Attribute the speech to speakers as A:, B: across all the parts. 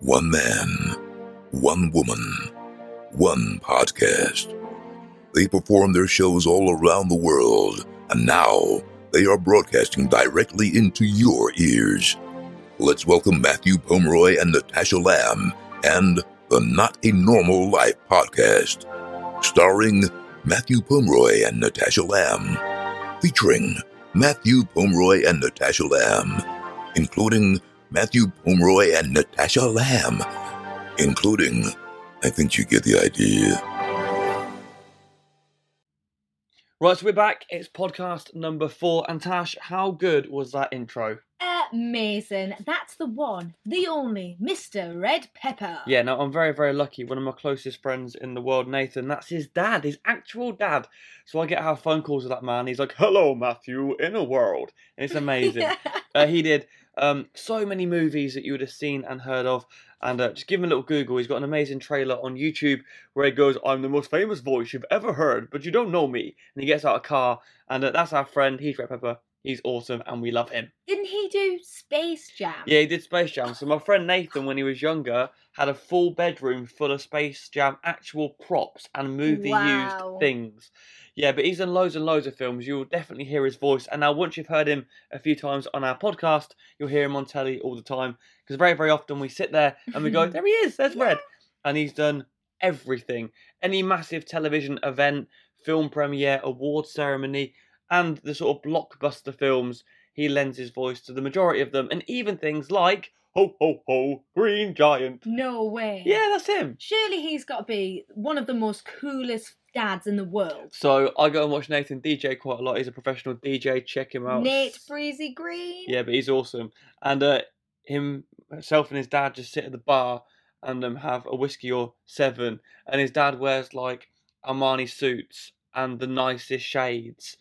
A: One man, one woman, one podcast. They perform their shows all around the world, and now they are broadcasting directly into your ears. Let's welcome Matthew Pomeroy and Natasha Lamb and the Not a Normal Life podcast, starring Matthew Pomeroy and Natasha Lamb, featuring Matthew Pomeroy and Natasha Lamb, including Matthew Pomeroy and Natasha Lamb, including, I think you get the idea.
B: Right, so we're back. It's podcast number four. And Tash, how good was that intro?
C: Amazing. That's the one, the only Mr. Red Pepper.
B: Yeah, now I'm very, very lucky. One of my closest friends in the world, Nathan, that's his dad, his actual dad. So I get to have phone calls with that man. He's like, hello, Matthew, in a world. And it's amazing. uh, he did um, so many movies that you would have seen and heard of. And uh, just give him a little Google. He's got an amazing trailer on YouTube where he goes, I'm the most famous voice you've ever heard, but you don't know me. And he gets out of a car. And uh, that's our friend. He's Red Pepper. He's awesome. And we love him.
C: Didn't he do Space Jam?
B: Yeah, he did Space Jam. So my friend Nathan, when he was younger, had a full bedroom full of Space Jam actual props and movie
C: Wow.
B: used things. Yeah, but he's done loads and loads of films. You'll definitely hear his voice. And now, once you've heard him a few times on our podcast, you'll hear him on telly all the time. Because very, very often we sit there and we go, "There he is. There's Red," and he's done everything. Any massive television event, film premiere, award ceremony, and the sort of blockbuster films, he lends his voice to the majority of them, and even things like Ho Ho Ho, Green Giant.
C: No way.
B: Yeah, that's him.
C: Surely he's got to be one of the most coolest dads in the world.
B: So I go and watch Nathan DJ quite a lot. He's a professional DJ. Check him out.
C: Nate Breezy Green.
B: Yeah, but he's awesome. And uh, him, himself, and his dad just sit at the bar and um, have a whiskey or seven. And his dad wears like Armani suits and the nicest shades.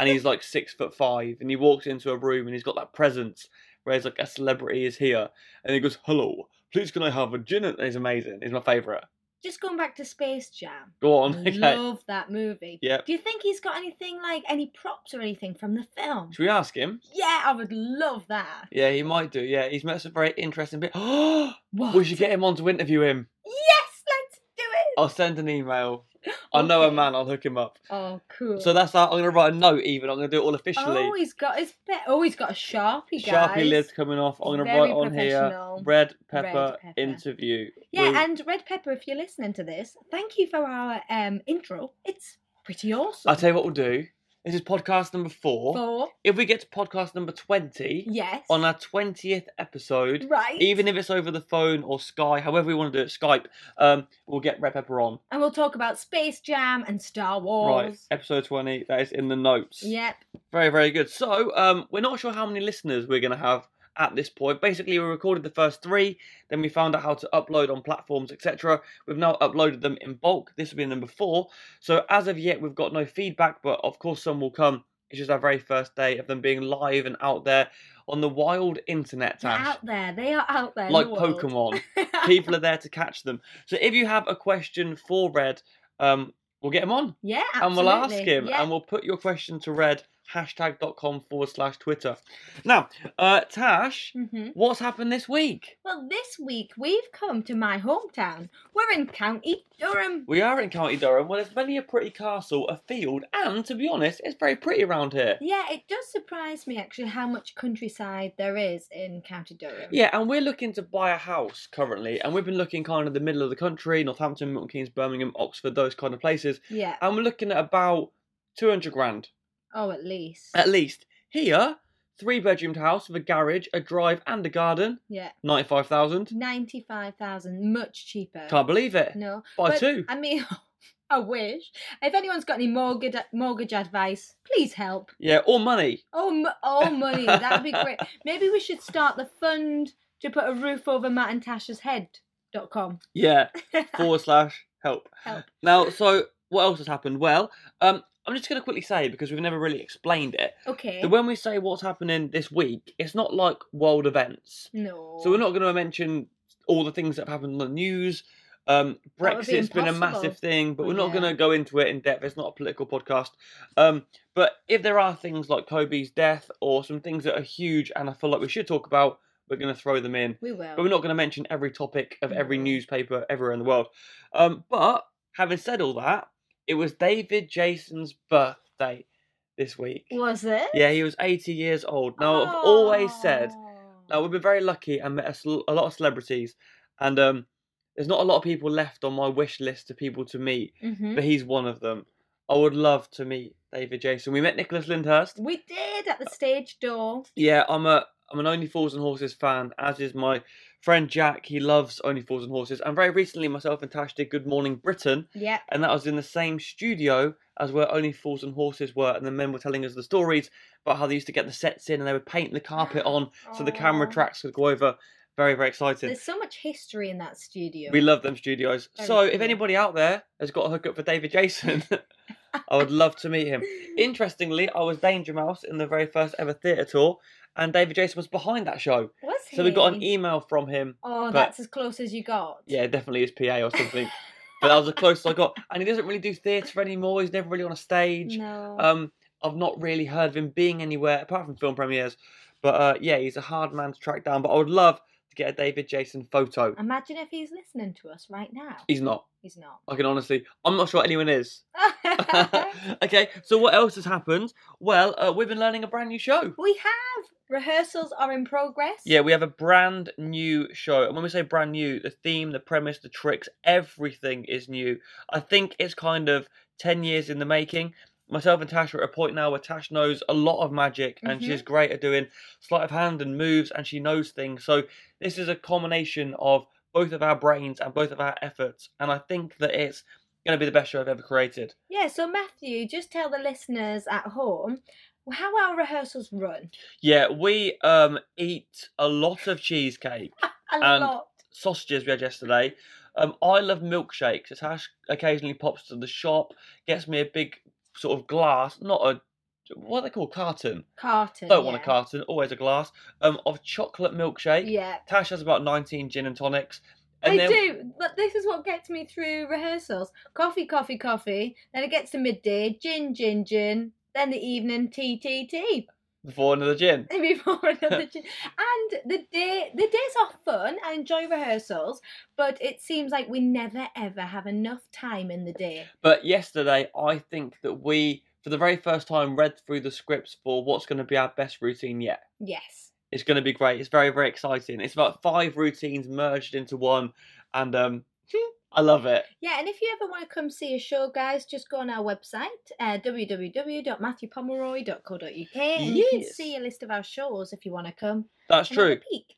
B: And he's like six foot five. And he walks into a room and he's got that presence. Whereas like a celebrity is here, and he goes, "Hello, please can I have a gin?" And he's amazing. He's my favourite.
C: Just going back to Space Jam.
B: Go on, okay.
C: Love that movie.
B: Yep.
C: Do you think he's got anything like any props or anything from the film?
B: Should we ask him?
C: Yeah, I would love that.
B: Yeah, he might do. Yeah, he's met some very interesting people.
C: What?
B: we should get him on to interview him.
C: Yes, let's do it.
B: I'll send an email. I know a
C: Okay.
B: man. I'll hook him up.
C: Oh, cool.
B: So that's how I'm gonna write a note. Even I'm gonna do it all officially.
C: Oh, he's got his pe- oh, he's got a sharpie, guys.
B: Sharpie lids coming off. I'm gonna
C: Very
B: write on here
C: professional.
B: red pepper,
C: Red pepper.
B: interview.
C: Yeah,
B: We-
C: and Red Pepper, if you're listening to this, thank you for our um intro. It's pretty awesome.
B: I'll tell you what we'll do. This is podcast number four.
C: Four.
B: If we get to podcast number twenty
C: Yes.
B: on our twentieth episode,
C: right.
B: even if it's over the phone or Sky, however we want to do it, Skype, um, we'll get red pepper on.
C: and we'll talk about Space Jam and Star
B: Right,
C: Wars.
B: episode twenty. That is in the notes.
C: Yep.
B: Very, very good. So, um, we're not sure how many listeners we're going to have at this point. Basically, we recorded the first three, then we found out how to upload on platforms, etc. We've now uploaded them in bulk. This will be number four. So, as of yet, we've got no feedback, but of course, some will come. It's just our very first day of them being live and out there on the wild internet,
C: They're
B: Tash.
C: out there. They are out there. in
B: Like
C: the world.
B: Pokemon. People are there to catch them. So, if you have a question for Red, um, we'll get him on
C: yeah,
B: and
C: absolutely.
B: we'll ask him
C: Yeah.
B: and we'll put your question to red hashtag.com forward slash twitter now uh tash
C: Mhm.
B: what's happened this week
C: Well, this week we've come to my hometown. We're in County Durham.
B: we are in county durham where there's many a pretty castle a field and to be honest it's very pretty around here
C: Yeah, it does surprise me actually how much countryside there is in County Durham.
B: yeah, and we're looking to buy a house currently, and we've been looking kind of the middle of the country, Northampton, Milton Keynes, Birmingham, Oxford, those kind of places,
C: Yeah.
B: and we're looking at about 200 grand.
C: Oh, at least.
B: At least. Here, three bedroomed house with a garage, a drive, and a garden,
C: yeah.
B: 95,000.
C: Ninety-five thousand, much cheaper.
B: Can't believe it.
C: No.
B: Buy
C: but,
B: two.
C: I mean, I wish. If anyone's got any mortgage mortgage advice, please help.
B: Yeah, or money.
C: Oh, m- oh, money. That'd be great. Maybe we should start the fund to put a roof over Matt and Tasha's head. Dot com.
B: Yeah, forward slash help.
C: Help.
B: Now, so what else has happened? Well, um, I'm just going to quickly say because we've never really explained it.
C: Okay.
B: That when we say what's happening this week, it's not like world events.
C: no.
B: So we're not going to mention all the things that have happened on the news. Um,
C: That would be
B: Brexit's been a
C: impossible.
B: massive thing, but we're not
C: Yeah.
B: going to go into it in depth. It's not a political podcast. Um, but if there are things like Kobe's death or some things that are huge and I feel like we should talk about, We're going to throw them in,
C: We
B: but we're
C: will.
B: not going to mention every topic of every newspaper everywhere in the world. Um, but having said all that, it was David Jason's birthday this week.
C: Was it?
B: Yeah, he was 80 years old. Now, I've always said now
C: Oh.
B: we've been very lucky and met a, sl- a lot of celebrities, and um, there's not a lot of people left on my wish list of people to meet,
C: Mhm.
B: but he's one of them. I would love to meet David Jason. We met Nicholas Lyndhurst.
C: We did at the stage door.
B: Yeah, I'm a I'm an Only Fools and Horses fan, as is my friend Jack. He loves Only Fools and Horses. And very recently, myself and Tash did Good Morning Britain,
C: Yeah.
B: and that was in the same studio as where Only Fools and Horses were. And the men were telling us the stories about how they used to get the sets in and they would paint the carpet on so the camera
C: Aw.
B: tracks could go over. Very, very exciting.
C: There's so much history in that studio.
B: We love them studios.
C: Very
B: so if
C: cool.
B: anybody out there has got a hookup for David Jason, I would love to meet him. Interestingly, I was Danger Mouse in the very first ever theatre tour, and David Jason was behind that show.
C: Was he?
B: So we got an email from him.
C: Oh,
B: but-
C: that's as close as you got.
B: Yeah, definitely his PA or something. but that was the closest I got. And he doesn't really do theatre anymore. He's never really on a stage.
C: No.
B: Um, I've not really heard of him being anywhere apart from film premieres. But uh, yeah, he's a hard man to track down. But I would love to get a David Jason photo.
C: Imagine if he's listening to us right now.
B: He's not.
C: He's not.
B: I can honestly, I'm not sure anyone is. okay, so what else has happened? Well, uh, we've been learning a brand new show.
C: we have rehearsals are in progress.
B: Yeah, we have a brand new show. And when we say brand new, the theme, the premise, the tricks, everything is new. I think it's kind of 10 years in the making. Myself and Tash are at a point now where Tash knows a lot of magic and
C: Mhm.
B: she's great at doing sleight of hand and moves and she knows things. So this is a combination of both of our brains and both of our efforts. And I think that it's going to be the best show I've ever created.
C: Yeah, so Matthew, just tell the listeners at home how our rehearsals run.
B: Yeah, we um eat a lot of cheesecake,
C: A
B: And-
C: lot.
B: sausages we had yesterday. Um, I love milkshakes. It's Ash occasionally pops to the shop, gets me a big sort of glass, not a what are they called carton.
C: Carton.
B: Don't want a
C: Uh, yeah.
B: carton, always a glass. Um, of chocolate milkshake.
C: Yeah.
B: Tash has about nineteen gin and tonics,
C: they
B: and then
C: do, but this is what gets me through rehearsals. Coffee, coffee, coffee. Then it gets to midday, gin, gin, gin. Then the evening, tea, tea, tea.
B: before another gin.
C: before another gym. And the day the days are fun. I enjoy rehearsals, but it seems like we never ever have enough time in the day.
B: But yesterday, I think that we, for the very first time, read through the scripts for what's going to be our best routine yet.
C: Yes.
B: It's going to be great. It's very, very exciting. It's about five routines merged into one, and um, I love it.
C: Yeah, and if you ever want to come see a show, guys, just go on our website, uh, www.matthewpomeroy.co.uk, and you can
B: Yes.
C: see a list of our shows if you want to come.
B: That's
C: and have a
B: true.
C: peek.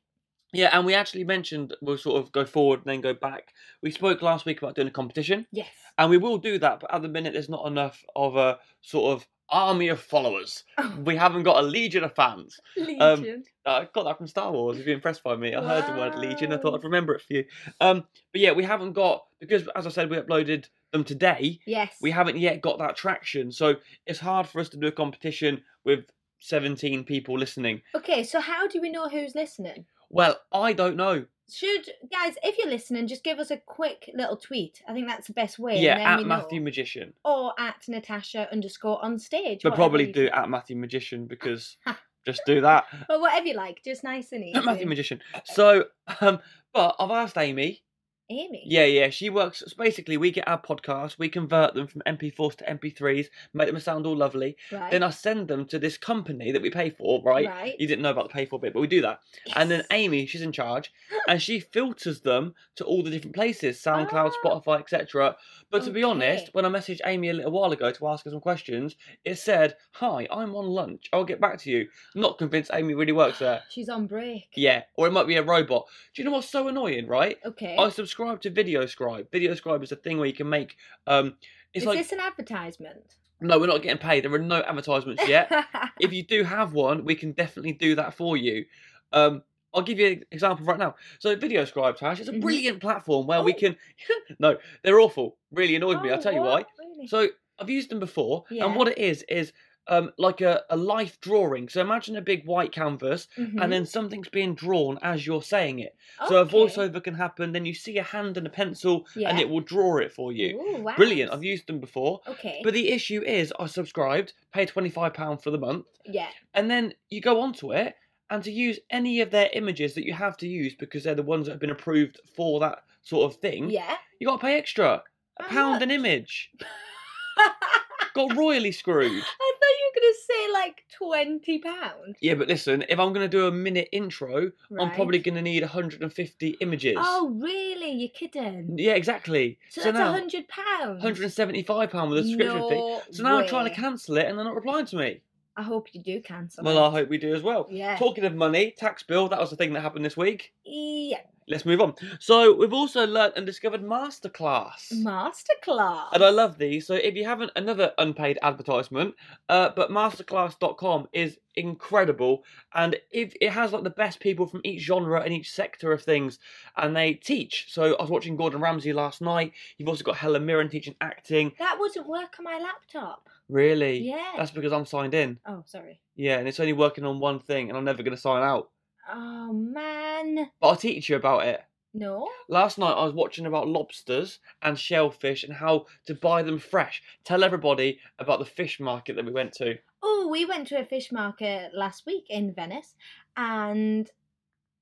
B: Yeah, and we actually mentioned we'll sort of go forward and then go back. We spoke last week about doing a competition,
C: Yes.
B: and we will do that, but at the minute, there's not enough of a sort of army of followers. We haven't got a legion of fans.
C: Legion.
B: Uh, I got that from Star Wars. If you're impressed by me, I heard the word Legion. I
C: Wow.
B: thought I'd remember it for you. Um, but yeah, we haven't got because, as I said, we uploaded them today.
C: yes.
B: we haven't yet got that traction. So it's hard for us to do a competition with 17 people listening.
C: okay, so how do we know who's listening?
B: Well, I don't know.
C: Should guys, if you're listening, just give us a quick little tweet. I think that's the best way. and
B: yeah,
C: then
B: at
C: we know.
B: Matthew Magician.
C: or at Natasha underscore on stage.
B: But
C: whatever
B: probably
C: you-
B: do at Matthew Magician because just do that.
C: Well, whatever you like, just nice and easy.
B: Matthew Magician. So, um, but I've asked Amy.
C: Amy.
B: Yeah, yeah, she works. So basically, we get our podcasts, we convert them from MP4s to MP3s, make them sound all lovely.
C: Right.
B: Then I send them to this company that we pay for, right?
C: Right.
B: You didn't know about the pay for bit, but we do that. And then Amy, she's in charge, and she filters them to all the different places SoundCloud,
C: Ah.
B: Spotify, etc. But to be honest,
C: Okay.
B: when I messaged Amy a little while ago to ask her some questions, it said, Hi, I'm on lunch. I'll get back to you. Not convinced Amy really works there.
C: She's on break.
B: Yeah, or it might be a robot. Do you know what's so annoying, right?
C: Okay.
B: I subscribe to VideoScribe. VideoScribe is a thing where you can make. um It's
C: Is
B: like,
C: this an advertisement?
B: no, we're not getting paid. There are no advertisements yet if you do have one, we can definitely do that for you. Um, I'll give you an example right now. So, VideoScribe, Tash, it's a
C: Mhm.
B: brilliant platform where we
C: Oh.
B: can. no, they're awful. Really annoyed me.
C: Oh,
B: I'll tell you why.
C: what? Really?
B: So, I've used them before,
C: Yeah.
B: and what it is is um, like a, a life drawing. So, imagine a big white canvas,
C: Mhm.
B: and then something's being drawn as you're saying it. So,
C: Okay.
B: a voiceover can happen, then you see a hand and a pencil,
C: Yeah.
B: and it will draw it for you.
C: Ooh, wow.
B: Brilliant. I've used them before.
C: Okay.
B: But the issue is, I subscribed, paid £25 for the month
C: yeah.
B: and then you go onto it and to use any of their images that you have to use because they're the ones that have been approved for that sort of thing,
C: Yeah.
B: you got to pay extra. A
C: How
B: pound
C: much?
B: an image.
C: I
B: Got royally screwed.
C: thought you were going to say like 20 pounds.
B: Yeah, but listen, if I'm going to do a minute intro, I'm probably going to need 150 images.
C: Oh, really? You're kidding.
B: Yeah, exactly.
C: So, that's a hundred pounds.
B: 175 pound with a subscription fee.
C: No
B: So now I'm trying to
C: way.
B: cancel it and they're not replying to me.
C: I hope you do cancel.
B: Well, I
C: it.
B: hope we do as well.
C: Yeah.
B: Talking of money, tax bill, that was the thing that happened this week.
C: Yeah.
B: Let's move on. So we've also learnt and discovered Masterclass.
C: Masterclass.
B: and I love these. So if you haven't, another unpaid advertisement, uh, but masterclass.com is incredible. And if it has like the best people from each genre and each sector of things, and they teach. So I was watching Gordon Ramsay last night. You've also got Helen Mirren teaching acting.
C: That wouldn't work on my laptop.
B: Really?
C: Yeah.
B: That's because I'm signed in.
C: Oh, sorry.
B: Yeah, and it's only working on one thing, and I'm never going to sign out.
C: Oh man.
B: But I'll teach you about it.
C: No.
B: Last night I was watching about lobsters and shellfish and how to buy them fresh. Tell everybody about the fish market that we went to.
C: Oh, we went to a fish market last week in Venice, and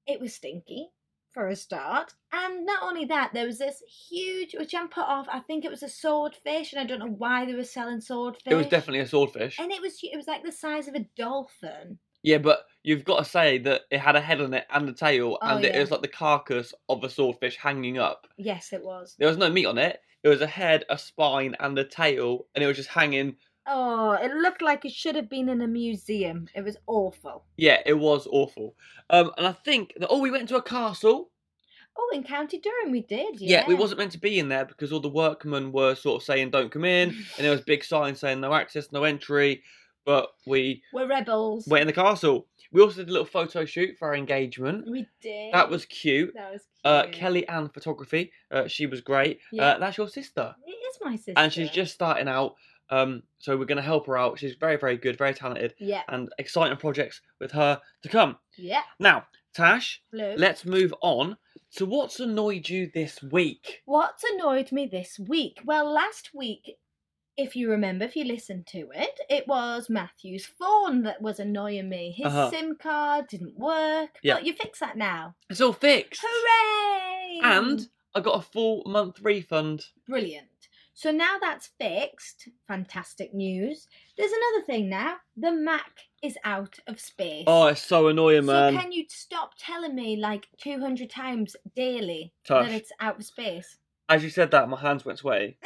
C: it was stinky for a start. And not only that, there was this huge, which I'm put off. I think it was a swordfish, and I don't know why they were selling swordfish.
B: It was definitely a swordfish.
C: And it was it was like the size of a dolphin.
B: Yeah, but you've got to say that it had a head on it and a tail,
C: Oh,
B: and it
C: yeah.
B: was like the carcass of a swordfish hanging up.
C: Yes, it was.
B: There was no meat on it. It was a head, a spine, and a tail, and it was just hanging.
C: Oh, it looked like it should have been in a museum. It was awful.
B: Yeah, it was awful. Um, and I think that oh, we went to a castle.
C: Oh, in County Durham we did.
B: Yeah.
C: Yeah,
B: we wasn't meant to be in there because all the workmen were sort of saying don't come in, and there was big signs saying no access, no entry. But we
C: We're rebels.
B: went in the castle. We also did a little photo shoot for our engagement.
C: we did.
B: That was cute.
C: That was cute.
B: Uh, Kelly Ann Photography. Uh, she was great.
C: Yeah.
B: Uh, that's your sister.
C: It is my sister.
B: And she's just starting out. Um, so we're going to help her out. She's very, very good, very talented,
C: Yeah.
B: and exciting projects with her to come.
C: Yeah.
B: Now, Tash,
C: Luke.
B: let's move on to what's annoyed you this week.
C: What's annoyed me this week? Well, last week, if you remember, if you listened to it, it was Matthew's phone that was annoying me. His
B: Uh-huh.
C: SIM card didn't work.
B: Yeah.
C: But you fix that now.
B: It's all fixed.
C: Hooray!
B: And I got a full month refund.
C: brilliant. So now that's fixed. Fantastic news. There's another thing now. The Mac is out of space.
B: Oh, it's so annoying,
C: so
B: man.
C: can you stop telling me like 200 times daily
B: Tush.
C: that it's out of space?
B: As you said that, my hands went sweaty.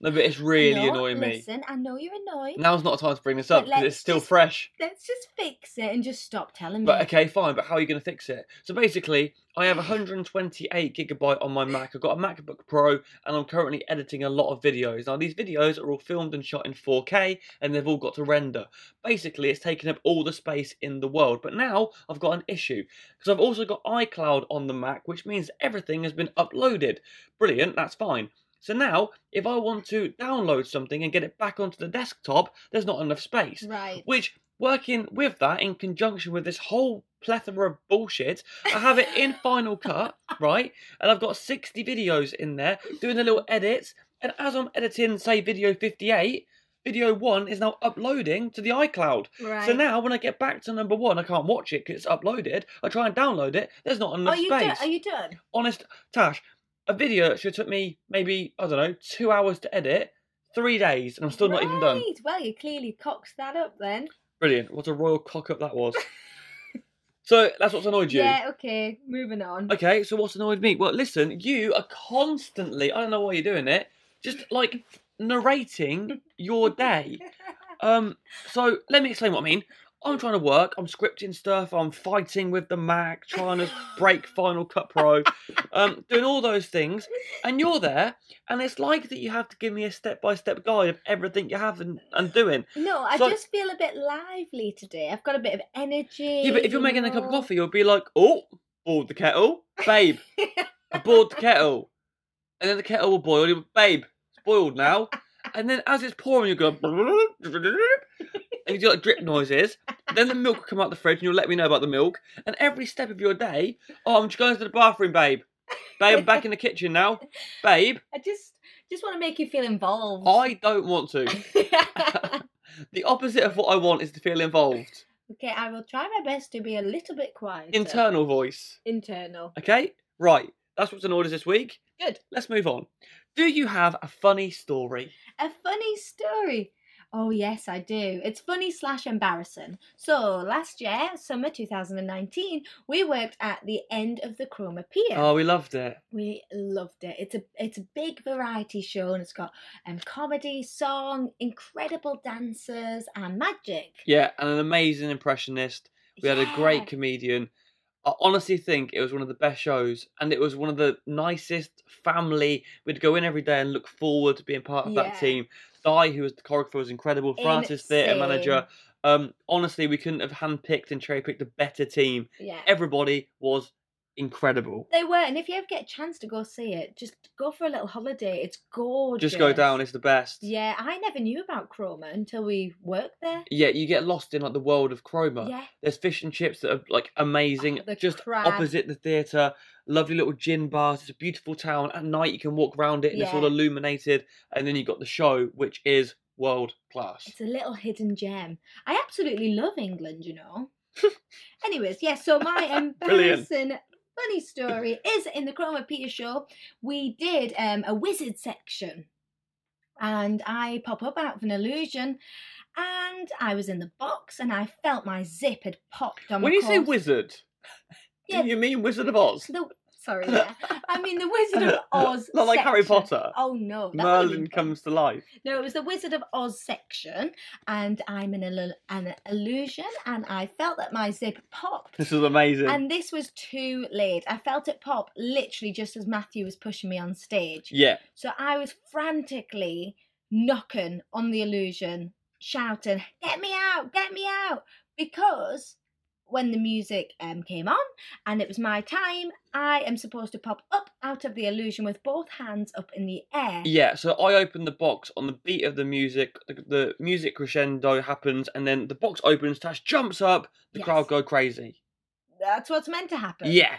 B: No, but it's really
C: No,
B: annoying me.
C: Listen, I know you're annoyed.
B: Now's not a time to bring this
C: But
B: up because it's
C: let's
B: still
C: just-
B: fresh.
C: Let's just fix it and just stop telling me.
B: But okay, fine. But how are you going to fix it? So basically, I have 128 gigabyte on my Mac. I've got a MacBook Pro, and I'm currently editing a lot of videos. Now these videos are all filmed and shot in 4K, and they've all got to render. Basically, it's taking up all the space in the world. But now I've got an issue because I've also got iCloud on the Mac, which means everything has been uploaded. Brilliant, that's fine. So now, if I want to download something and get it back onto the desktop, there's not enough space.
C: Right.
B: Which, working with that in conjunction with this whole plethora of bullshit, I have it in Final Cut, right? And I've got 60 videos in there doing the little edits. And as I'm editing, say, video 58, video one is now uploading to the iCloud.
C: right.
B: So now, when I get back to number one, I can't watch it because it's uploaded. I try and download it, there's not enough
C: are Oh, you done?
B: space.
C: Are you done?
B: Honest, Tash, a video that should have took me maybe, I don't know, two hours to edit, three days, and I'm still not even done.
C: Right, Well, you clearly cocked that up then.
B: Brilliant. What a royal cock up that was. so that's what's annoyed you.
C: Yeah. Okay. Moving on.
B: Okay, so what's annoyed me? Well, listen, you are constantly, I don't know why you're doing it, just like narrating your day. Um, so let me explain what I mean. I'm trying to work, I'm scripting stuff, I'm fighting with the Mac, trying to break Final Cut Pro, um, doing all those things, and you're there, and it's like that you have to give me a step by step guide of everything you have and, and doing.
C: No, I
B: So-
C: just feel a bit lively today. I've got a bit of energy.
B: Yeah, but if you're making a cup of
C: know.
B: coffee, you'll be like, oh, boiled the kettle. Babe, I boiled the kettle. And then the kettle will boil. You'll, Babe, it's boiled now. And then as it's pouring, you go, and you do like drip noises. Then the milk will come out the fridge and you'll let me know about the milk. And every step of your day, oh, I'm just going to the bathroom, babe. Babe, I'm back in the kitchen now. Babe,
C: I just just want to make you feel involved.
B: I don't want to. The opposite of what I want is to feel involved.
C: Okay, I will try my best to be a little bit quiet.
B: Internal voice.
C: Internal.
B: Okay? Right. That's what's in orders this week.
C: Good.
B: Let's move on. Do you have a funny story?
C: A funny story. Oh, yes, I do. It's funny slash embarrassing. So, last year, summer 2019, we worked at the end of the Chroma Pier.
B: Oh, we loved it.
C: We loved it. It's a it's a big variety show and it's got um, comedy, song, incredible dancers, and magic.
B: Yeah, and an amazing impressionist. We had a
C: Yeah.
B: great comedian. I honestly think it was one of the best shows, and it was one of the nicest family. We'd go in every day and look forward to being part of
C: Yeah.
B: that team. Di, who was the choreographer, was incredible. Francis, theatre manager. Um, honestly, we couldn't have handpicked and cherry picked a better team.
C: Yeah.
B: Everybody was incredible.
C: They were, and if you ever get a chance to go see it, just go for a little holiday. It's gorgeous.
B: Just go down; it's the best.
C: Yeah, I never knew about Chroma until we worked there.
B: Yeah, you get lost in like the world of Chroma.
C: yeah,
B: There's fish and chips that are like amazing,
C: Oh, the
B: just
C: crab.
B: opposite the theatre. Lovely little gin bars. It's a beautiful town. At night, you can walk around it and it's all
C: Yeah.
B: illuminated. And then you've got the show, which is world class.
C: it's a little hidden gem. I absolutely love England, you know. Anyways, yeah, so my
B: Brilliant.
C: embarrassing funny story is in the Chroma Peter show, we did um, a wizard section. And I pop up out of an illusion, and I was in the box, and I felt my zip had popped on
B: When
C: my
B: you say
C: corset.
B: wizard,
C: Yeah.
B: do you mean Wizard of Oz?
C: The sorry, yeah. I mean the Wizard of Oz.
B: Not like Harry
C: section.
B: Potter.
C: Oh no, that would've
B: Merlin
C: been fun.
B: comes to life.
C: No, it was the Wizard of Oz section, and I'm in an, an illusion, and I felt that my zip popped.
B: This is amazing.
C: And this was too late. I felt it pop literally just as Matthew was pushing me on stage.
B: yeah,
C: So I was frantically knocking on the illusion, shouting, Get me out, get me out! Because when the music um, came on and it was my time, I am supposed to pop up out of the illusion with both hands up in the air.
B: yeah. So I open the box on the beat of the music. The, the music crescendo happens, and then the box opens. Tash jumps up. The
C: Yes.
B: crowd go crazy.
C: That's what's meant to happen.
B: Yeah.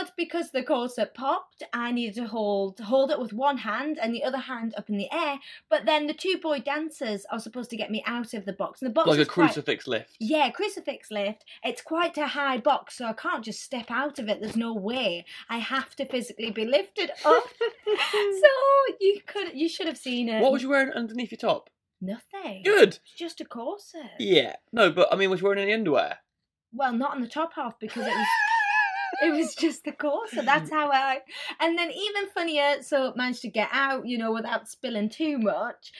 C: But because the corset popped, I needed to hold hold it with one hand and the other hand up in the air. But then the two boy dancers are supposed to get me out of the box. And the box
B: like a
C: was quite-
B: crucifix lift.
C: Yeah, crucifix lift. It's quite a high box, so I can't just step out of it. There's no way. I have to physically be lifted up. so you could, you should have seen it.
B: What was you wearing underneath your top?
C: Nothing.
B: Good.
C: It's just a corset.
B: Yeah. No, but I mean, was you wearing any underwear?
C: Well, not on the top half because it was. It was just the corset. That's how I. And then even funnier, so managed to get out, you know, without spilling too much.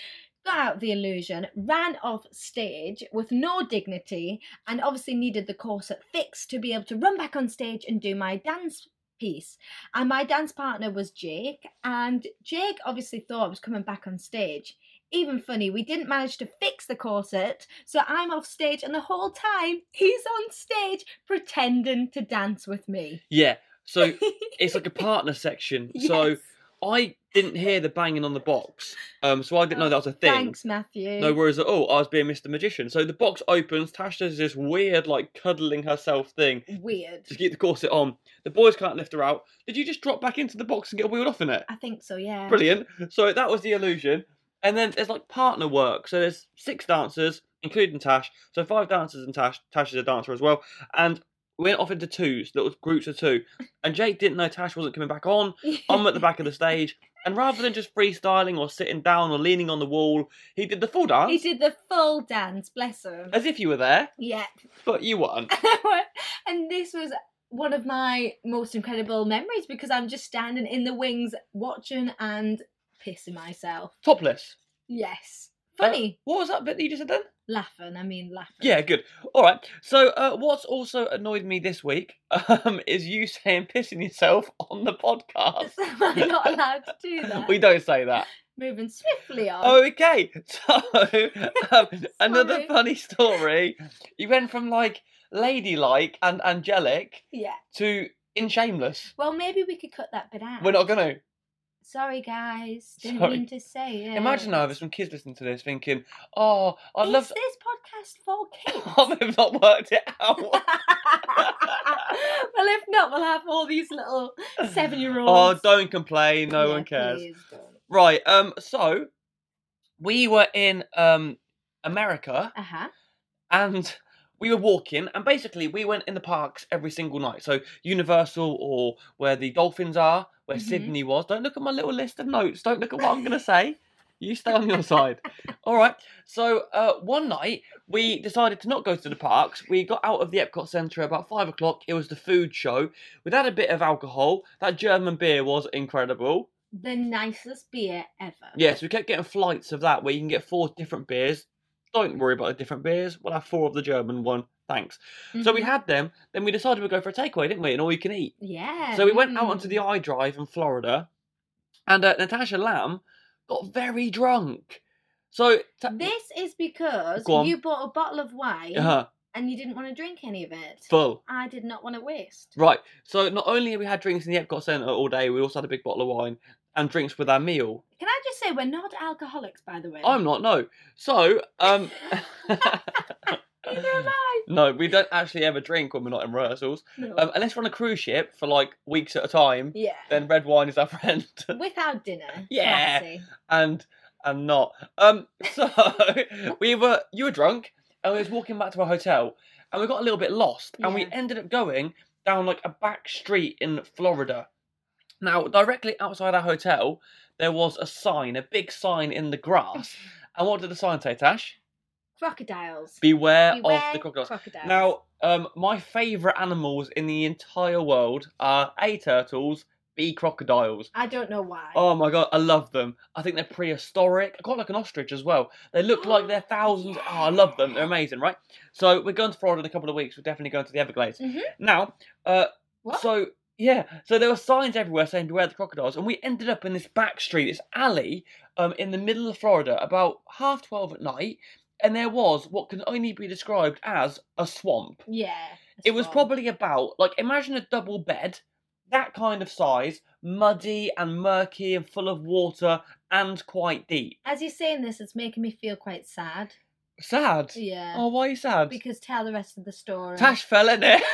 C: Got out the illusion, ran off stage with no dignity, and obviously needed the corset fixed to be able to run back on stage and do my dance piece. And my dance partner was Jake, and Jake obviously thought I was coming back on stage. Even funny, we didn't manage to fix the corset, so I'm off stage, and the whole time he's on stage pretending to dance with me.
B: Yeah. So it's like a partner section. So
C: Yes.
B: I didn't hear the banging on the box. Um, so I didn't know that was a thing.
C: Oh, Thanks, Matthew.
B: No worries at all. I was being Mr. Magician. So the box opens. Tash does this weird, like, cuddling herself thing
C: Weird.
B: to keep the corset on. The boys can't lift her out. Did you just drop back into the box and get wheeled off in it?
C: I think so, yeah.
B: Brilliant. So that was the illusion. And then there's like partner work. So there's six dancers, including Tash. So five dancers and Tash. Tash is a dancer as well. And we went off into twos, little groups of two. And Jake didn't know Tash wasn't coming back on. I'm at the back of the stage. And rather than just freestyling or sitting down or leaning on the wall, he did the full dance.
C: He did the full dance, bless him.
B: As if you were there,
C: Yeah.
B: but you weren't.
C: and this was one of my most incredible memories because I'm just standing in the wings watching and pissing myself.
B: Topless.
C: Yes.
B: Uh,
C: Funny.
B: What was that bit that you just said then?
C: laughing, I mean laughing.
B: Yeah, good. All right. So, uh, what's also annoyed me this week um, is you saying pissing yourself on the podcast.
C: Am I not allowed to do that?
B: we Oh. don't say that.
C: Moving swiftly on.
B: Okay. So, um, another
C: Sorry.
B: funny story. You went from like ladylike and angelic
C: Yeah.
B: to in shameless.
C: Well, maybe we could cut that bit out.
B: We're not gonna.
C: Sorry, guys. Didn't
B: Sorry.
C: mean to say it.
B: Imagine though, there's some kids listening to this thinking, "Oh, I
C: Is
B: love."
C: this podcast for kids?
B: Oh, they've not worked it out.
C: well, if not, we'll have all these little seven-year-olds.
B: Oh, don't complain. No
C: Yeah,
B: one cares.
C: please don't.
B: Right. Um. So we were in um America,
C: Uh-huh.
B: and we were walking, and basically we went in the parks every single night. So Universal or where the dolphins are, where
C: Mhm.
B: Sydney was. Don't look at my little list of notes. Don't look at what I'm going to say. You stay on your side. All right. So uh, one night we decided to not go to the parks. We got out of the Epcot Centre about five o'clock. It was the food show. We'd had a bit of alcohol. That German beer was incredible.
C: The nicest beer ever.
B: Yes, we kept getting flights of that where you can get four different beers. Don't worry about the different beers. We'll have four of the German one. Thanks. So we
C: Mhm.
B: had them. Then we decided we'd go for a takeaway, didn't we? And all you can eat.
C: Yeah.
B: So we went out
C: mm.
B: onto the I Drive in Florida, and uh, Natasha Lamb got very drunk. So ta-
C: Mm-hmm. This is because
B: Go on.
C: you bought a bottle of wine
B: uh,
C: and you didn't want to drink any of it.
B: full.
C: I did not want to waste.
B: Right. So not only have we had drinks in the Epcot Centre all day, we also had a big bottle of wine and drinks with our meal.
C: Can I just say we're not alcoholics, by the way?
B: I'm not. No. So um.
C: Neither am I.
B: No, we don't actually ever drink when we're not in rehearsals.
C: No.
B: Um, unless we're on a cruise ship for like weeks at a time,
C: yeah.
B: then red wine is our friend,
C: Without dinner.
B: Yeah.
C: classy.
B: and and not. Um, so we were you were drunk, and we was walking back to our hotel, and we got a little bit lost, and we
C: Yeah.
B: ended up going down like a back street in Florida. Now, directly outside our hotel, there was a sign, a big sign in the grass, and what did the sign say, Tash?
C: Crocodiles.
B: Beware,
C: Beware
B: of the crocodiles.
C: crocodiles.
B: Now, um, my favourite animals in the entire world are A turtles, B crocodiles.
C: I don't know why.
B: Oh my god, I love them. I think they're prehistoric. I quite like an ostrich as well. They look like they're thousands. Oh, I love them. They're amazing, right? So we're going to Florida in a couple of weeks. We're definitely going to the Everglades.
C: Mhm.
B: Now, uh,
C: What?
B: so yeah, so there were signs everywhere saying beware the crocodiles, and we ended up in this back street, this alley, um, in the middle of Florida, about half twelve at night, and there was what can only be described as a swamp.
C: yeah.
B: It was
C: probably.
B: probably about like imagine a double bed, that kind of size, muddy and murky and full of water and quite deep.
C: As you're saying this, it's making me feel quite sad.
B: Sad.
C: Yeah.
B: Oh, why are you sad?
C: Because tell the rest of the story.
B: Tash fell in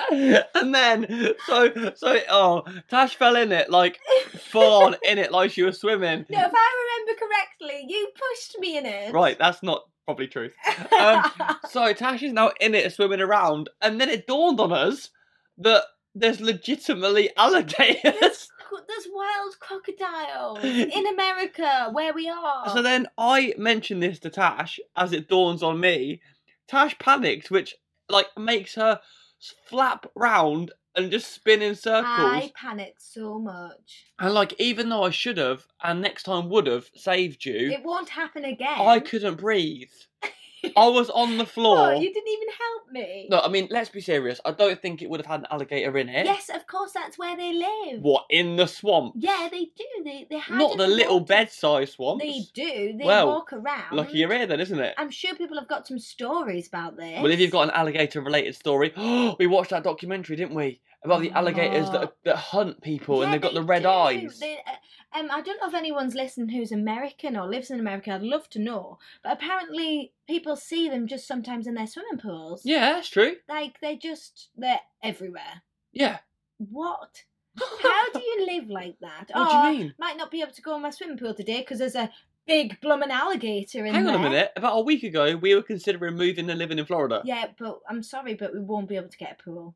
B: it. and then so so oh Tash fell in it like full on in it like she was swimming.
C: No, if I remember correctly, you pushed me in it.
B: Right, that's not probably true. Um, so Tash is now in it swimming around, and then it dawned on us that there's legitimately alligators.
C: Co- There's wild crocodiles in America where we are.
B: so then I mentioned this to Tash as it dawns on me. Tash panics, which like makes her s- flap round and just spin in circles.
C: I panicked so much.
B: And like, even though I should have, and next time would have saved you,
C: It won't happen again.
B: I couldn't breathe. I was on the floor.
C: What, Oh, you didn't even help me.
B: No, I mean, let's be serious. I don't think it would have had an alligator in it.
C: Yes, of course, that's where they live.
B: What in the swamp?
C: Yeah, they do. They they hide
B: Not
C: in
B: the little
C: water.
B: bed-sized swamps.
C: They do. They
B: Well,
C: walk around.
B: Lucky you're here, then, isn't it?
C: I'm sure people have got some stories about this.
B: Well, if you've got an alligator-related story, we watched that documentary, didn't we? About the alligators that
C: Oh.
B: that hunt people and
C: Yeah,
B: they've got the
C: they
B: red
C: do.
B: eyes.
C: They, uh, um, I don't know if anyone's listened who's American or lives in America. I'd love to know. But apparently, people see them just sometimes in their swimming pools.
B: Yeah, that's true.
C: Like they just they're everywhere.
B: Yeah.
C: What? How do you live like that?
B: What do you
C: Oh,
B: mean?
C: Might not be able to go in my swimming pool today because there's a big bloomin' alligator in
B: Hang
C: there.
B: on a minute. About a week ago, we were considering moving and living in Florida.
C: Yeah, but I'm sorry, but we won't be able to get a pool.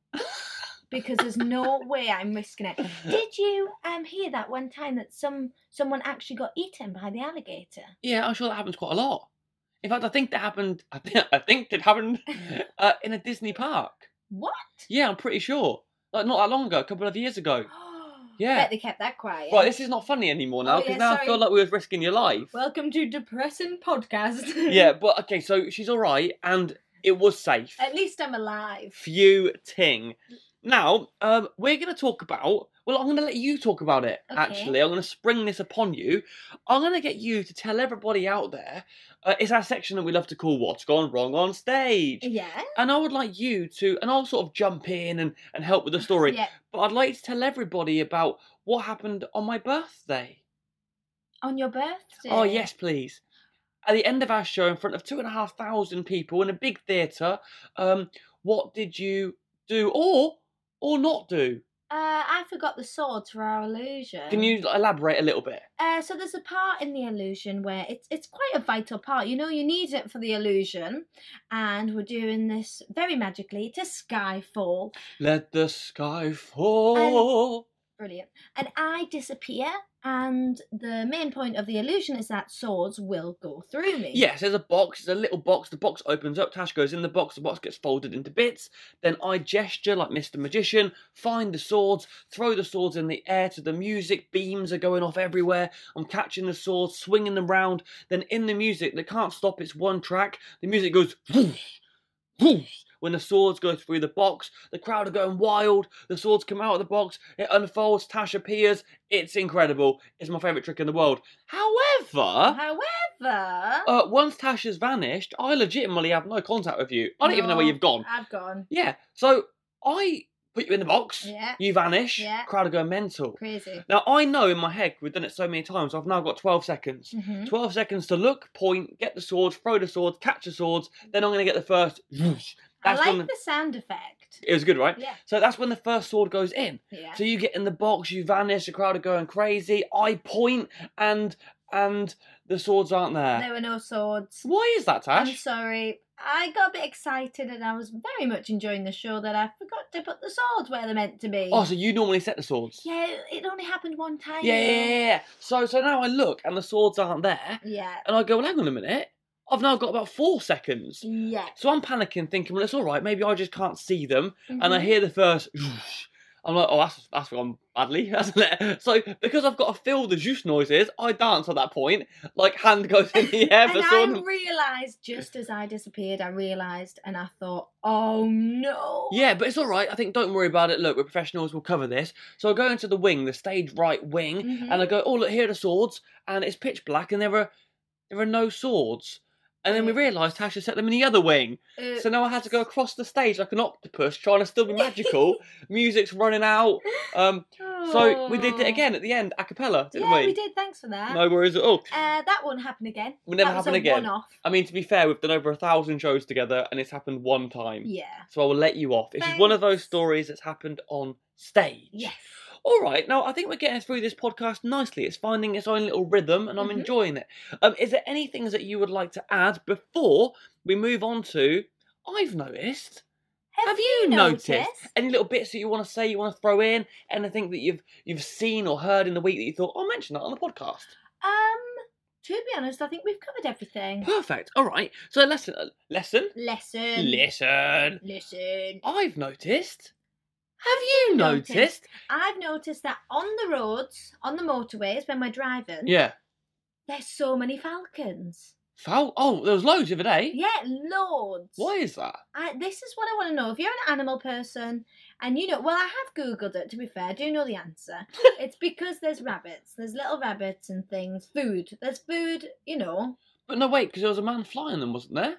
C: Because there's no way I'm risking it. Did you um hear that one time that some someone actually got eaten by the alligator?
B: Yeah, I'm sure that happens quite a lot. In fact, I think that happened. I think I think that happened uh, in a Disney park.
C: What?
B: Yeah, I'm pretty sure. Like not that long ago, a couple of years ago. Yeah.
C: Bet they kept that quiet.
B: Right, this is not funny anymore now
C: Oh,
B: because
C: yeah,
B: now I
C: sorry.
B: feel like we was risking your life.
C: Welcome to depressing podcast.
B: yeah, but okay, so she's all right, and it was safe.
C: At least I'm alive.
B: Few ting. Now, um, we're going to talk about. Well, I'm going to let you talk about it.
C: Okay.
B: Actually, I'm going to spring this upon you. I'm going to get you to tell everybody out there. Uh, it's our section that we love to call "What's Gone Wrong on Stage,"
C: Yeah.
B: and I would like you to, and I'll sort of jump in and and help with the story.
C: Yeah.
B: But I'd like to tell everybody about what happened on my birthday.
C: On your birthday.
B: Oh, yes, please. At the end of our show, in front of two and a half thousand people in a big theatre, um, what did you do or or not do?
C: Uh, I forgot the swords for our illusion.
B: Can you elaborate a little bit?
C: Uh, so there's a part in the illusion where it's it's quite a vital part. You know, you need it for the illusion, and we're doing this very magically to Skyfall.
B: Let the sky fall.
C: Brilliant. And I disappear, and the main point of the illusion is that swords will go through me.
B: Yes, there's a box, there's a little box. The box opens up, Tash goes in the box, the box gets folded into bits. Then I gesture like Mr. Magician, find the swords, throw the swords in the air to the music. Beams are going off everywhere. I'm catching the swords, swinging them round. Then in the music, they can't stop, it's one track. The music goes. whoosh, whoosh. When the swords go through the box, the crowd are going wild. The swords come out of the box, it unfolds, Tash appears. It's incredible. It's my favourite trick in the world. However,
C: However,
B: uh, once Tash has vanished, I legitimately have no contact with you. I don't even know where
C: No,
B: you've gone.
C: I've gone.
B: Yeah. So I put you in the box.
C: Yeah.
B: You vanish.
C: Yeah.
B: Crowd are going mental.
C: Crazy.
B: Now I know in my head we've done it so many times. I've now got twelve seconds.
C: hmm
B: Twelve seconds to look, point, get the swords, throw the swords, catch the swords. Then I'm going to get the first. That's
C: Mm-hmm. I like
B: when the-
C: the sound effect.
B: it was good, right?
C: Yeah.
B: So that's when the first sword goes in.
C: Yeah.
B: So you get in the box, you vanish, the crowd are going crazy. I point, and and the swords aren't there.
C: There were no swords.
B: Why is that, Tash?
C: I'm sorry. I got a bit excited and I was very much enjoying the show that I forgot to put the swords where they're meant to be.
B: Oh, so you normally set the swords?
C: yeah, it only happened one time.
B: Yeah, yeah, yeah, yeah. So, so now I look and the swords aren't there,
C: Yeah.
B: and I go, well, hang on a minute. I've now got about four seconds.
C: Yeah.
B: So I'm panicking, thinking, well, it's all right. Maybe I just can't see them. And I
C: Mhm.
B: hear the first. zhoosh. I'm like, oh, that's that's gone badly, hasn't it? So because I've got to fill the juice noises, I dance at that point. Like hand goes in the air for
C: and I
B: sword.
C: realised just as I disappeared, I realised and I thought, oh no.
B: Yeah, but it's all right. I think don't worry about it. Look, we're professionals. We'll cover this. So I go into the wing, the stage right wing,
C: Mhm.
B: and I go, "Oh look, here are the swords," and it's pitch black, and there are there are no swords. And then we
C: Right.
B: realised Tasha set them in the other wing,
C: Uh,
B: so now I had to go across the stage like an octopus, trying to still be magical. Music's running out. Um, so we did it
C: oh.
B: again at the end, a cappella, didn't
C: yeah,
B: we?
C: we? did. Thanks for that.
B: No worries at all.
C: Uh, that won't happen again.
B: Will never
C: that was
B: happen
C: a
B: again.
C: One-off.
B: I mean, to be fair, we've done over a thousand shows together, and it's happened one time.
C: Yeah.
B: So I will let you off. It's just one of those stories that's happened on stage.
C: Yes.
B: All right, now I think we're getting through this podcast nicely. It's finding its own little rhythm, and I'm
C: Mhm.
B: enjoying it. Um, is there any things that you would like to add before we move on to? I've noticed.
C: Have,
B: you noticed? Any little bits that you want to say, you want to throw in, anything that you've you've seen or heard in the week that you thought I'll mention that on the podcast.
C: Um, to be honest, I think we've covered everything.
B: Perfect. All right. So lesson, uh, lesson,
C: Lesson.
B: listen.
C: Listen.
B: I've noticed. Have you noticed?
C: Noticed. I've noticed that on the roads, on the motorways, when we're driving,
B: Yeah.
C: there's so many falcons.
B: Foul. Oh, there was loads the other day.
C: Yeah, loads.
B: Why is that?
C: I, this is what I want to know. If you're an animal person and you know, well, I have Googled it to be fair, I do know the answer. it's because there's rabbits, there's little rabbits and things, food. There's food, you know.
B: But no, wait, because there was a man flying them, wasn't there?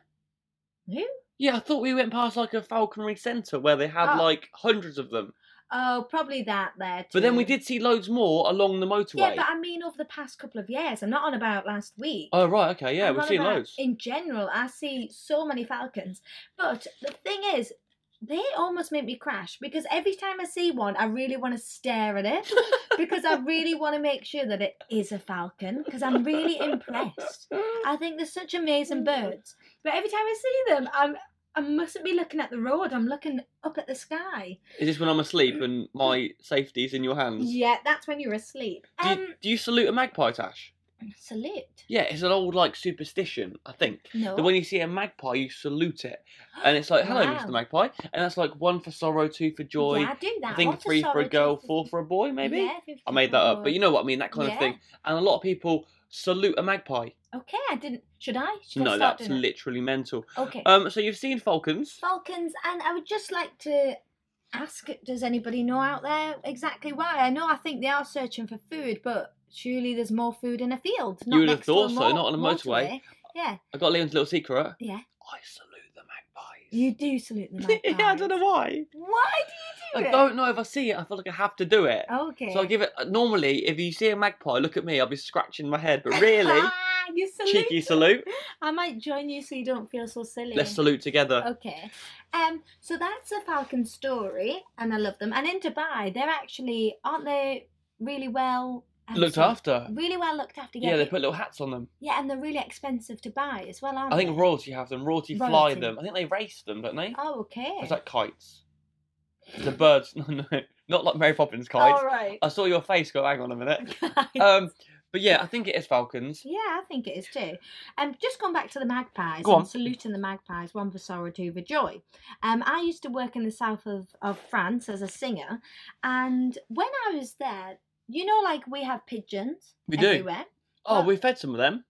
C: Who?
B: Yeah, I thought we went past like a falconry centre where they had
C: Oh.
B: like hundreds of them.
C: Oh, probably that there too.
B: But then we did see loads more along the
C: Yeah,
B: motorway.
C: but I mean over the past couple of years. I'm not on about last week.
B: Oh, right, okay, yeah,
C: I'm
B: we've
C: on
B: seen
C: about-
B: loads.
C: In general, I see so many falcons. But the thing is, they almost make me crash because every time I see one, I really want to stare at it because I really want to make sure that it is a falcon because I'm really impressed. I think they're such amazing birds. But every time I see them, I'm. I mustn't be looking at the road. I'm looking up at the sky.
B: Is this when I'm asleep and my safety's in your hands?
C: Yeah, that's when you're asleep.
B: Mm. Do,
C: Um,
B: do you salute a magpie, Tash?
C: salute.
B: Yeah, it's an old like superstition, I think.
C: No.
B: That when you see a magpie, you salute it, and it's like, "Hello, Mr.
C: Wow.
B: Magpie," and that's like one for sorrow, two for joy,
C: Yeah, I do that.
B: I think
C: What's
B: three for a
C: sorry
B: girl,
C: to-
B: four for a boy, maybe.
C: Yeah, if you've
B: I made that up, but you know what I mean, that kind of
C: Yeah.
B: thing. And a lot of people salute a magpie.
C: Okay, I didn't. Should I? Should I
B: No,
C: start
B: that's
C: doing it?
B: literally mental.
C: Okay.
B: Um, so you've seen falcons.
C: Falcons, and I would just like to ask does anybody know out there exactly why? I know I think they are searching for food, but surely there's more food in a field. Not
B: You would have
C: next to a
B: thought so,
C: mo-
B: not on a motorway.
C: Yeah,
B: I got Liam's little secret.
C: Yeah.
B: I salute the magpies.
C: you do salute the magpies.
B: yeah, I don't know why.
C: Why do you do
B: I
C: it?
B: don't know if I see it. I feel like I have to do it.
C: Okay.
B: So I give it. uh, Normally, if you see a magpie, look at me. I'll be scratching my head. But really,
C: Ah, you salute.
B: cheeky salute.
C: I might join you so you don't feel so silly.
B: Let's salute together.
C: Okay. Um, so that's the Falcon story, and I love them. And in Dubai, they're actually aren't they really well um,
B: Looked
C: sort of-
B: after.
C: Really well looked after.
B: Yeah, they put little hats on them.
C: yeah, and they're really expensive to buy as well, aren't
B: I
C: they?
B: think royalty have them. Royalty, fly
C: Royalty.
B: them. I think they race them, don't they?
C: Oh, okay.
B: It's like kites. The birds. No, no, not like Mary Poppins kites.
C: All right.
B: I saw your face go. Hang on a minute. Um, but yeah, I think it is falcons.
C: Yeah, I think it is too. Um, just going back to the magpies
B: Go on.
C: and saluting the magpies, one for sorrow, two for joy. Um, I used to work in the south of, of France as a singer, and when I was there, you know, like we have pigeons
B: We do.
C: everywhere.
B: Oh,
C: Well-
B: we fed some of them.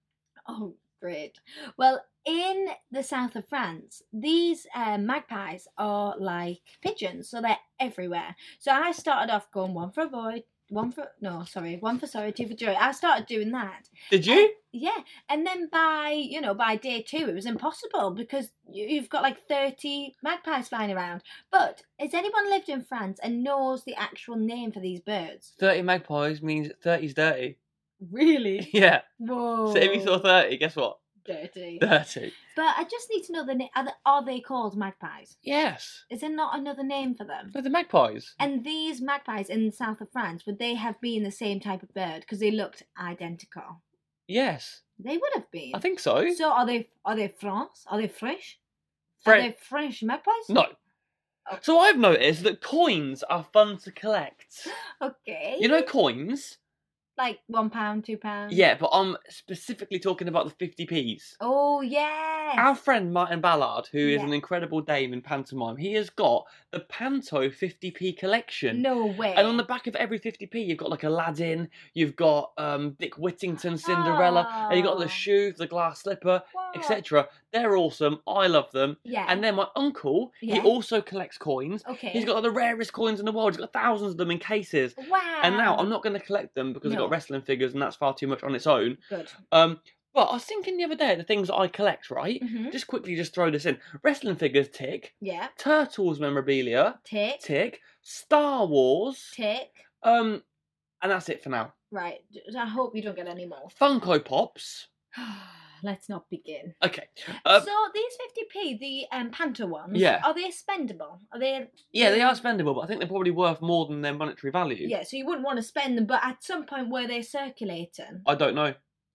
C: Oh, great. Well, in the south of France, these um, magpies are like pigeons, so they're everywhere. So I started off going one for a boy, one for no, sorry, one for sorrow, two for joy. I started doing that.
B: Did you?
C: Yeah, and then by you know by day two it was impossible because you- you've got like thirty magpies flying around. But has anyone lived in France and knows the actual name for these birds?
B: Thirty magpies means thirty's dirty.
C: Really?
B: Yeah.
C: Whoa!
B: So if you saw thirty, guess what?
C: dirty. but
B: Dirty.
C: I just need to know the name. Are, the- are they called magpies?
B: Yes.
C: Is there not another name for them?
B: But the magpies.
C: And these magpies in the south of France would they have been the same type of bird because they looked identical?
B: Yes.
C: They would have been.
B: I think so.
C: so. Are they are they France? Are they French?
B: Fre-
C: Are they French magpies?
B: No.
C: Oh.
B: So I've noticed that coins are fun to collect.
C: Okay.
B: You know coins?
C: like one pound, two pounds.
B: Yeah, but I'm specifically talking about the 50p's.
C: Oh yes.
B: Our friend Martin Ballard, who is
C: Yeah.
B: an incredible dame in pantomime, he has got the Panto 50p collection.
C: no way.
B: And on the back of every 50p, you've got like Aladdin, you've got um, Dick Whittington, Cinderella, and you've got
C: Oh.
B: the shoe, the glass slipper,
C: Wow.
B: etc. They're awesome. I love them.
C: Yeah.
B: And then my uncle, he
C: Yeah.
B: also collects coins.
C: okay.
B: He's got like, the rarest coins in the world. He's got thousands of them in cases.
C: Wow.
B: And now I'm not going to collect them because I've
C: Um, No.
B: got wrestling figures and that's far too much on its own.
C: good.
B: Um, but I was thinking the other day the things that I collect, right?
C: hmm
B: Just quickly, just throw this in: wrestling figures, tick.
C: Yeah.
B: Turtles memorabilia,
C: Tick.
B: tick. Star Wars,
C: Tick.
B: um, and that's it for now.
C: Right. d- I hope you don't get any more.
B: Funko Pops.
C: Let's not begin.
B: Okay. Um,
C: so these 50p, the um, Panta ones,
B: Yeah.
C: are they spendable? Are they?
B: yeah, they are spendable, but I think they're probably worth more than their monetary value.
C: Yeah. So you wouldn't want to spend them, but at some point were they circulating?
B: I don't know.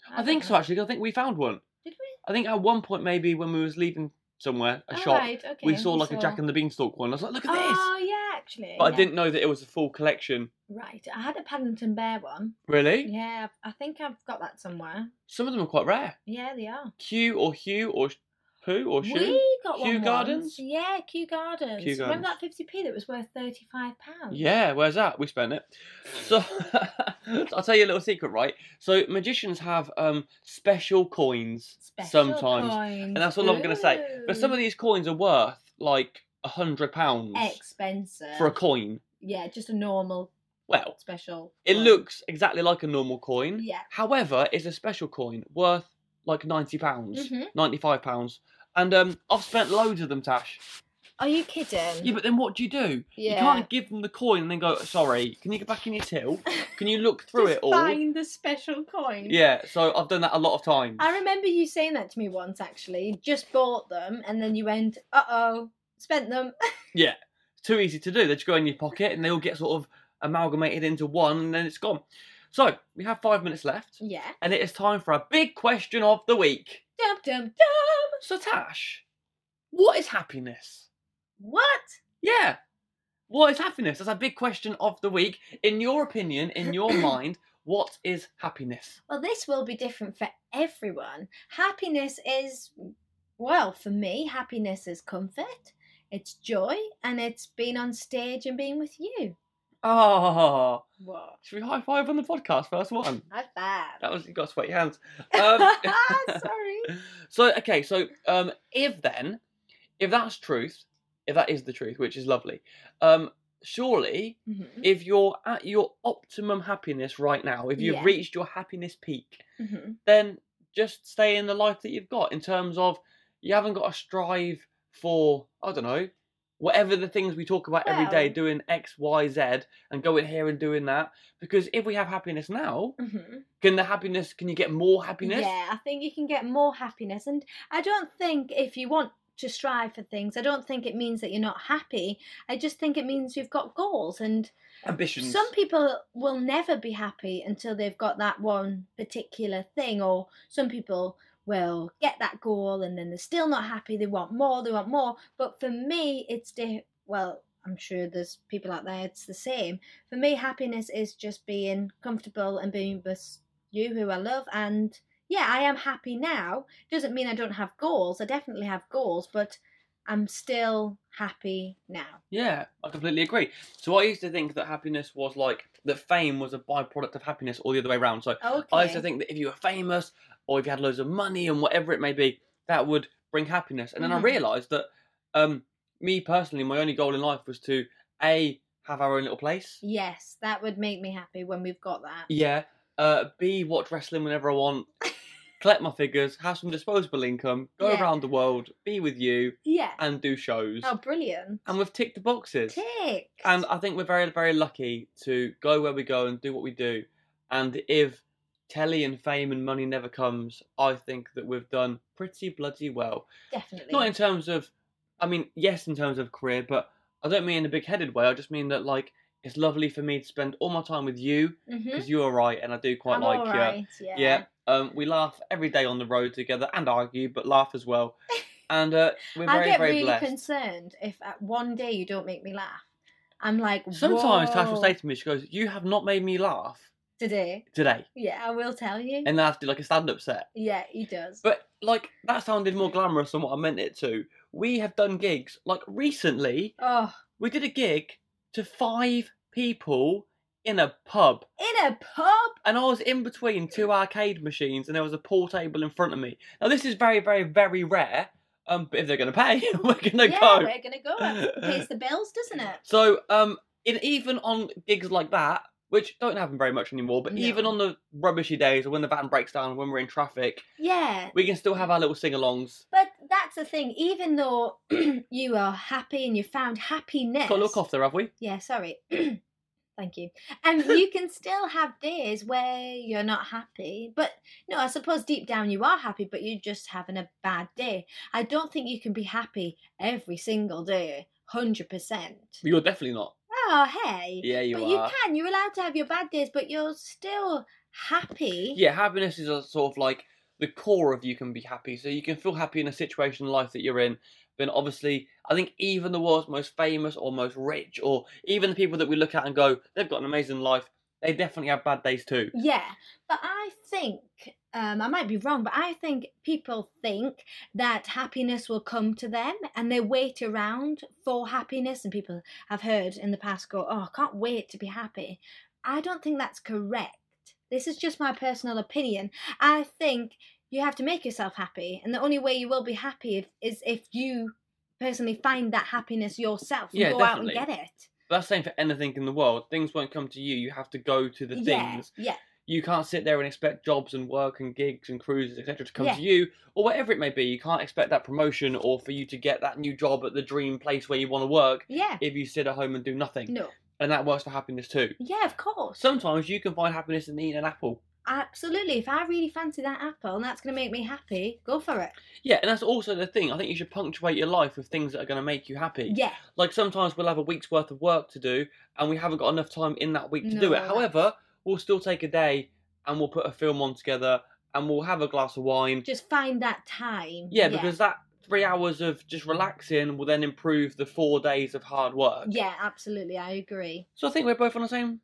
B: I
C: don't
B: think
C: know.
B: so actually. 'cause I think we found one.
C: Did we?
B: I think at one point maybe when we was leaving somewhere a
C: All
B: shop,
C: Oh, right, okay.
B: we saw like a Jack and the Beanstalk one. I was like, look at this.
C: Oh yeah, actually.
B: But I
C: yeah.
B: didn't know that it was a full collection.
C: Right. I had a Paddington Bear one.
B: Really?
C: Yeah, I think I've got that somewhere.
B: Some of them are quite rare.
C: Yeah, they are.
B: Q or Hugh or Sh- Pooh or Shoe.
C: We got
B: Kew
C: one
B: Gardens?
C: once. Yeah, Kew Gardens.
B: Kew
C: Remember
B: Gardens.
C: that 50p that was worth 35 pounds?
B: Yeah, where's that? We spent it. So I'll tell you a little secret, right? So magicians have um special coins sometimes, and that's all I'm gonna say. But some of these coins are worth like a hundred pounds
C: expensive
B: for a coin.
C: Yeah, just a normal
B: Well,
C: special.
B: it
C: one.
B: looks exactly like a normal coin.
C: Yeah.
B: However, it's a special coin worth like ninety pounds,
C: Mhm.
B: ninety-five pounds, and um, I've spent loads of them, Tash.
C: Are you kidding?
B: Yeah, but then what do you do? You
C: Yeah.
B: can't give them the coin and then go, sorry, can you get back in your till? Can you look through
C: Just
B: it all?
C: Find the special coin.
B: Yeah, so I've done that a lot of times.
C: I remember you saying that to me once actually. You just bought them and then you went, uh oh, spent them.
B: Too easy to do. They just go in your pocket and they all get sort of amalgamated into one and then it's gone. So we have five minutes left
C: yeah.
B: and it is time for our big question of the week.
C: Dum dum dum.
B: So, Tash, what is happiness?
C: What?
B: Yeah. What is happiness? That's our big question of the week. In your opinion, in your mind, what is happiness?
C: Well, this will be different for everyone. Happiness is, well, for me, happiness is comfort, it's joy, and it's being on stage and being with you.
B: Ah.
C: What?
B: Should we high five on the podcast first one?
C: High five.
B: That was you got to sweat your hands. Um,
C: Sorry.
B: so okay, so um, if then, if that's truth, if that is the truth, which is lovely, um, surely
C: Mhm,
B: if you're at your optimum happiness right now, if you've
C: Yeah.
B: reached your happiness peak,
C: mhm.
B: then just stay in the life that you've got in terms of you haven't got to strive for I don't know whatever the things we talk about every day,
C: Well-
B: doing X, Y, Z, and going here and doing that. Because if we have happiness now,
C: hmm
B: can the happiness? Can you get more happiness?
C: Yeah, I think you can get more happiness. And I don't think if you want to strive for things, I don't think it means that you're not happy. I just think it means you've got goals. And
B: Ambitions.
C: some people will never be happy until they've got that one particular thing, or some people will get that goal and then they're still not happy. They want more, they want more. But for me, it's di- well, I'm sure there's people out there, it's the same. For me, happiness is just being comfortable and being with you who I love. And yeah, I am happy now. Doesn't mean I don't have goals. I definitely have goals, but I'm still happy now.
B: Yeah, I completely agree. So I used to think that happiness was like that fame was a byproduct of happiness, all the other way around. So
C: Okay.
B: I used to think that if you were famous or if you had loads of money and whatever it may be, that would bring happiness. And then
C: Mhm.
B: I realised that um, me personally, my only goal in life was to a have our own little place.
C: Yes, that would make me happy when we've got that.
B: Yeah. Uh, b watch wrestling whenever I want. Collect my figures, have some disposable income, go
C: Yeah.
B: around the world, be with you,
C: Yeah.
B: and do shows.
C: Oh, brilliant.
B: And we've ticked the boxes.
C: Tick.
B: And I think we're very, very lucky to go where we go and do what we do. And if telly and fame and money never comes, I think that we've done pretty bloody well.
C: definitely.
B: Not in terms of, I mean, yes, in terms of career, but I don't mean in a big headed way. I just mean that, like, it's lovely for me to spend all my time with you
C: mm-hmm.
B: because you're right and I do quite
C: I'm
B: like
C: all
B: you.
C: right, yeah.
B: Yeah. Um, we laugh every day on the road together and argue, but laugh as well. And uh, we're
C: I
B: very,
C: get
B: very
C: really
B: blessed.
C: concerned if at one day you don't make me laugh. I'm like,
B: Sometimes Tash will
C: "Whoa,
B: say to me, she goes, You have not made me laugh
C: today.
B: today.
C: Yeah, I will tell you.
B: and I have to do like a stand up set.
C: yeah, he does.
B: But like that sounded more glamorous than what I meant it to. We have done gigs like recently.
C: oh,
B: We did a gig to five people in a pub,
C: in a pub.
B: and I was in between two arcade machines, and there was a pool table in front of me. Now this is very, very, very rare. Um, but if they're gonna pay, we're gonna
C: yeah,
B: go.
C: we're gonna go. That pays the bills, doesn't it?
B: So um, in even on gigs like that, which don't happen very much anymore, but even
C: No.
B: on the rubbishy days, or when the van breaks down, when we're in traffic,
C: Yeah.
B: we can still have our little sing-alongs.
C: But that's the thing. Even though you are happy and you found happiness,
B: Got a little cough there, have we?
C: Yeah, sorry. Thank you. And you can still have days where you're not happy, but no, I suppose deep down you are happy, but you're just having a bad day. I don't think you can be happy every single day, hundred percent.
B: You're definitely not.
C: Oh, hey.
B: Yeah, you
C: but
B: are.
C: you can. You're allowed to have your bad days, but you're still happy.
B: Yeah, happiness is a sort of like the core of you can be happy. So you can feel happy in a situation in life that you're in. Then obviously, I think even the world's most famous or most rich, or even the people that we look at and go, they've got an amazing life. They definitely have bad days too.
C: Yeah, but I think um, I might be wrong, but I think people think that happiness will come to them, and they wait around for happiness. And people have heard in the past go, "Oh, I can't wait to be happy." I don't think that's correct. This is just my personal opinion. I think you have to make yourself happy, and the only way you will be happy if, is if you personally find that happiness yourself and
B: Yeah,
C: go out and
B: definitely.
C: get it.
B: But that's the same for anything in the world. Things won't come to you. You have to go to the
C: yeah,
B: things.
C: yeah,
B: You can't sit there and expect jobs and work and gigs and cruises, etc., to come
C: Yeah.
B: to you, or whatever it may be. You can't expect that promotion or for you to get that new job at the dream place where you want to work
C: yeah.
B: if you sit at home and do nothing.
C: No,
B: and that works for happiness too.
C: yeah, of course.
B: Sometimes you can find happiness in eating an apple.
C: Absolutely. If I really fancy that apple and that's going to make me happy, go for it.
B: Yeah, and that's also the thing. I think you should punctuate your life with things that are going to make you happy.
C: Yeah.
B: Like sometimes we'll have a week's worth of work to do, and we haven't got enough time in that week to
C: No,
B: do it.
C: that's-
B: However, we'll still take a day and we'll put a film on together and we'll have a glass of wine.
C: Just find that time.
B: Yeah, because that three hours of just relaxing will then improve the four days of hard work.
C: Yeah, absolutely. I agree.
B: So I think we're both on the same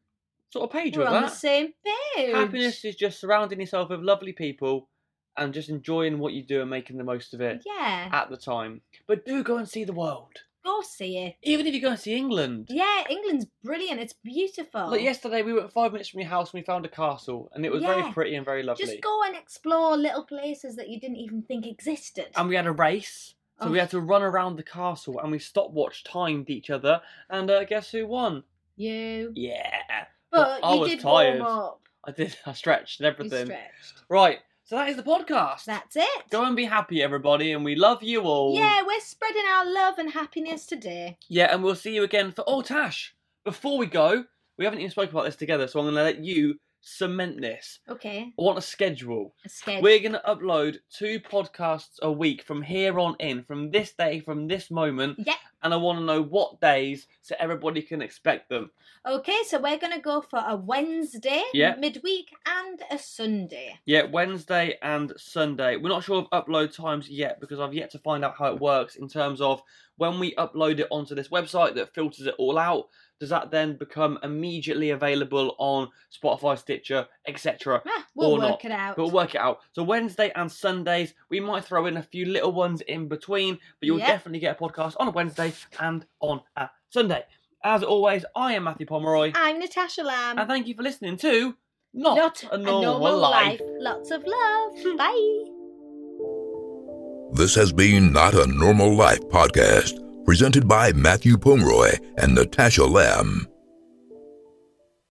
B: sort of page
C: We're
B: with
C: on the
B: that.
C: same page.
B: Happiness is just surrounding yourself with lovely people and just enjoying what you do and making the most of it
C: Yeah.
B: at the time. But do go and see the world.
C: Go see it.
B: Even if you go and see England.
C: Yeah, England's brilliant. It's beautiful.
B: Like yesterday, we were five minutes from your house and we found a castle, and it was
C: Yeah.
B: very pretty and very lovely.
C: Just go and explore little places that you didn't even think existed.
B: And we had a race, Um, so we
C: Oh.
B: had to run around the castle, and we stopwatch timed each other. And uh, guess who won?
C: you.
B: Yeah,
C: But
B: I
C: you
B: was
C: did
B: tired.
C: warm up.
B: I did. I stretched and
C: You
B: everything.
C: stretched.
B: Right. So that is the podcast.
C: That's it.
B: Go and be happy, everybody, and we love you all.
C: Yeah, we're spreading our love and happiness today.
B: Yeah, and we'll see you again for. Oh, Tash, before we go, we haven't even spoken about this together, so I'm going to let you cement this.
C: Okay,
B: I want a schedule.
C: I'm scared.
B: We're going to upload two podcasts a week from here on in, from this day, from this moment.
C: Yeah.
B: And I want to know what days so everybody can expect them.
C: Okay, so we're going to go for a Wednesday,
B: Yeah.
C: midweek, and a Sunday.
B: Yeah, Wednesday and Sunday. We're not sure of upload times yet because I've yet to find out how it works in terms of when we upload it onto this website that filters it all out. Does that then become immediately available on Spotify, Stitcher, etc.?
C: Ah, we'll
B: Or not.
C: work it out.
B: But we'll work it out. So Wednesday and Sundays, we might throw in a few little ones in between, but you'll
C: Yeah.
B: definitely get a podcast on a Wednesday and on a Sunday. As always, I am Matthew Pomeroy,
C: I'm Natasha Lamb.
B: and thank you for listening to Not, a Normal, life.
C: Lots of love. Bye.
A: This has been Not a Normal Life podcast, presented by Matthew Pomeroy and Natasha Lamb.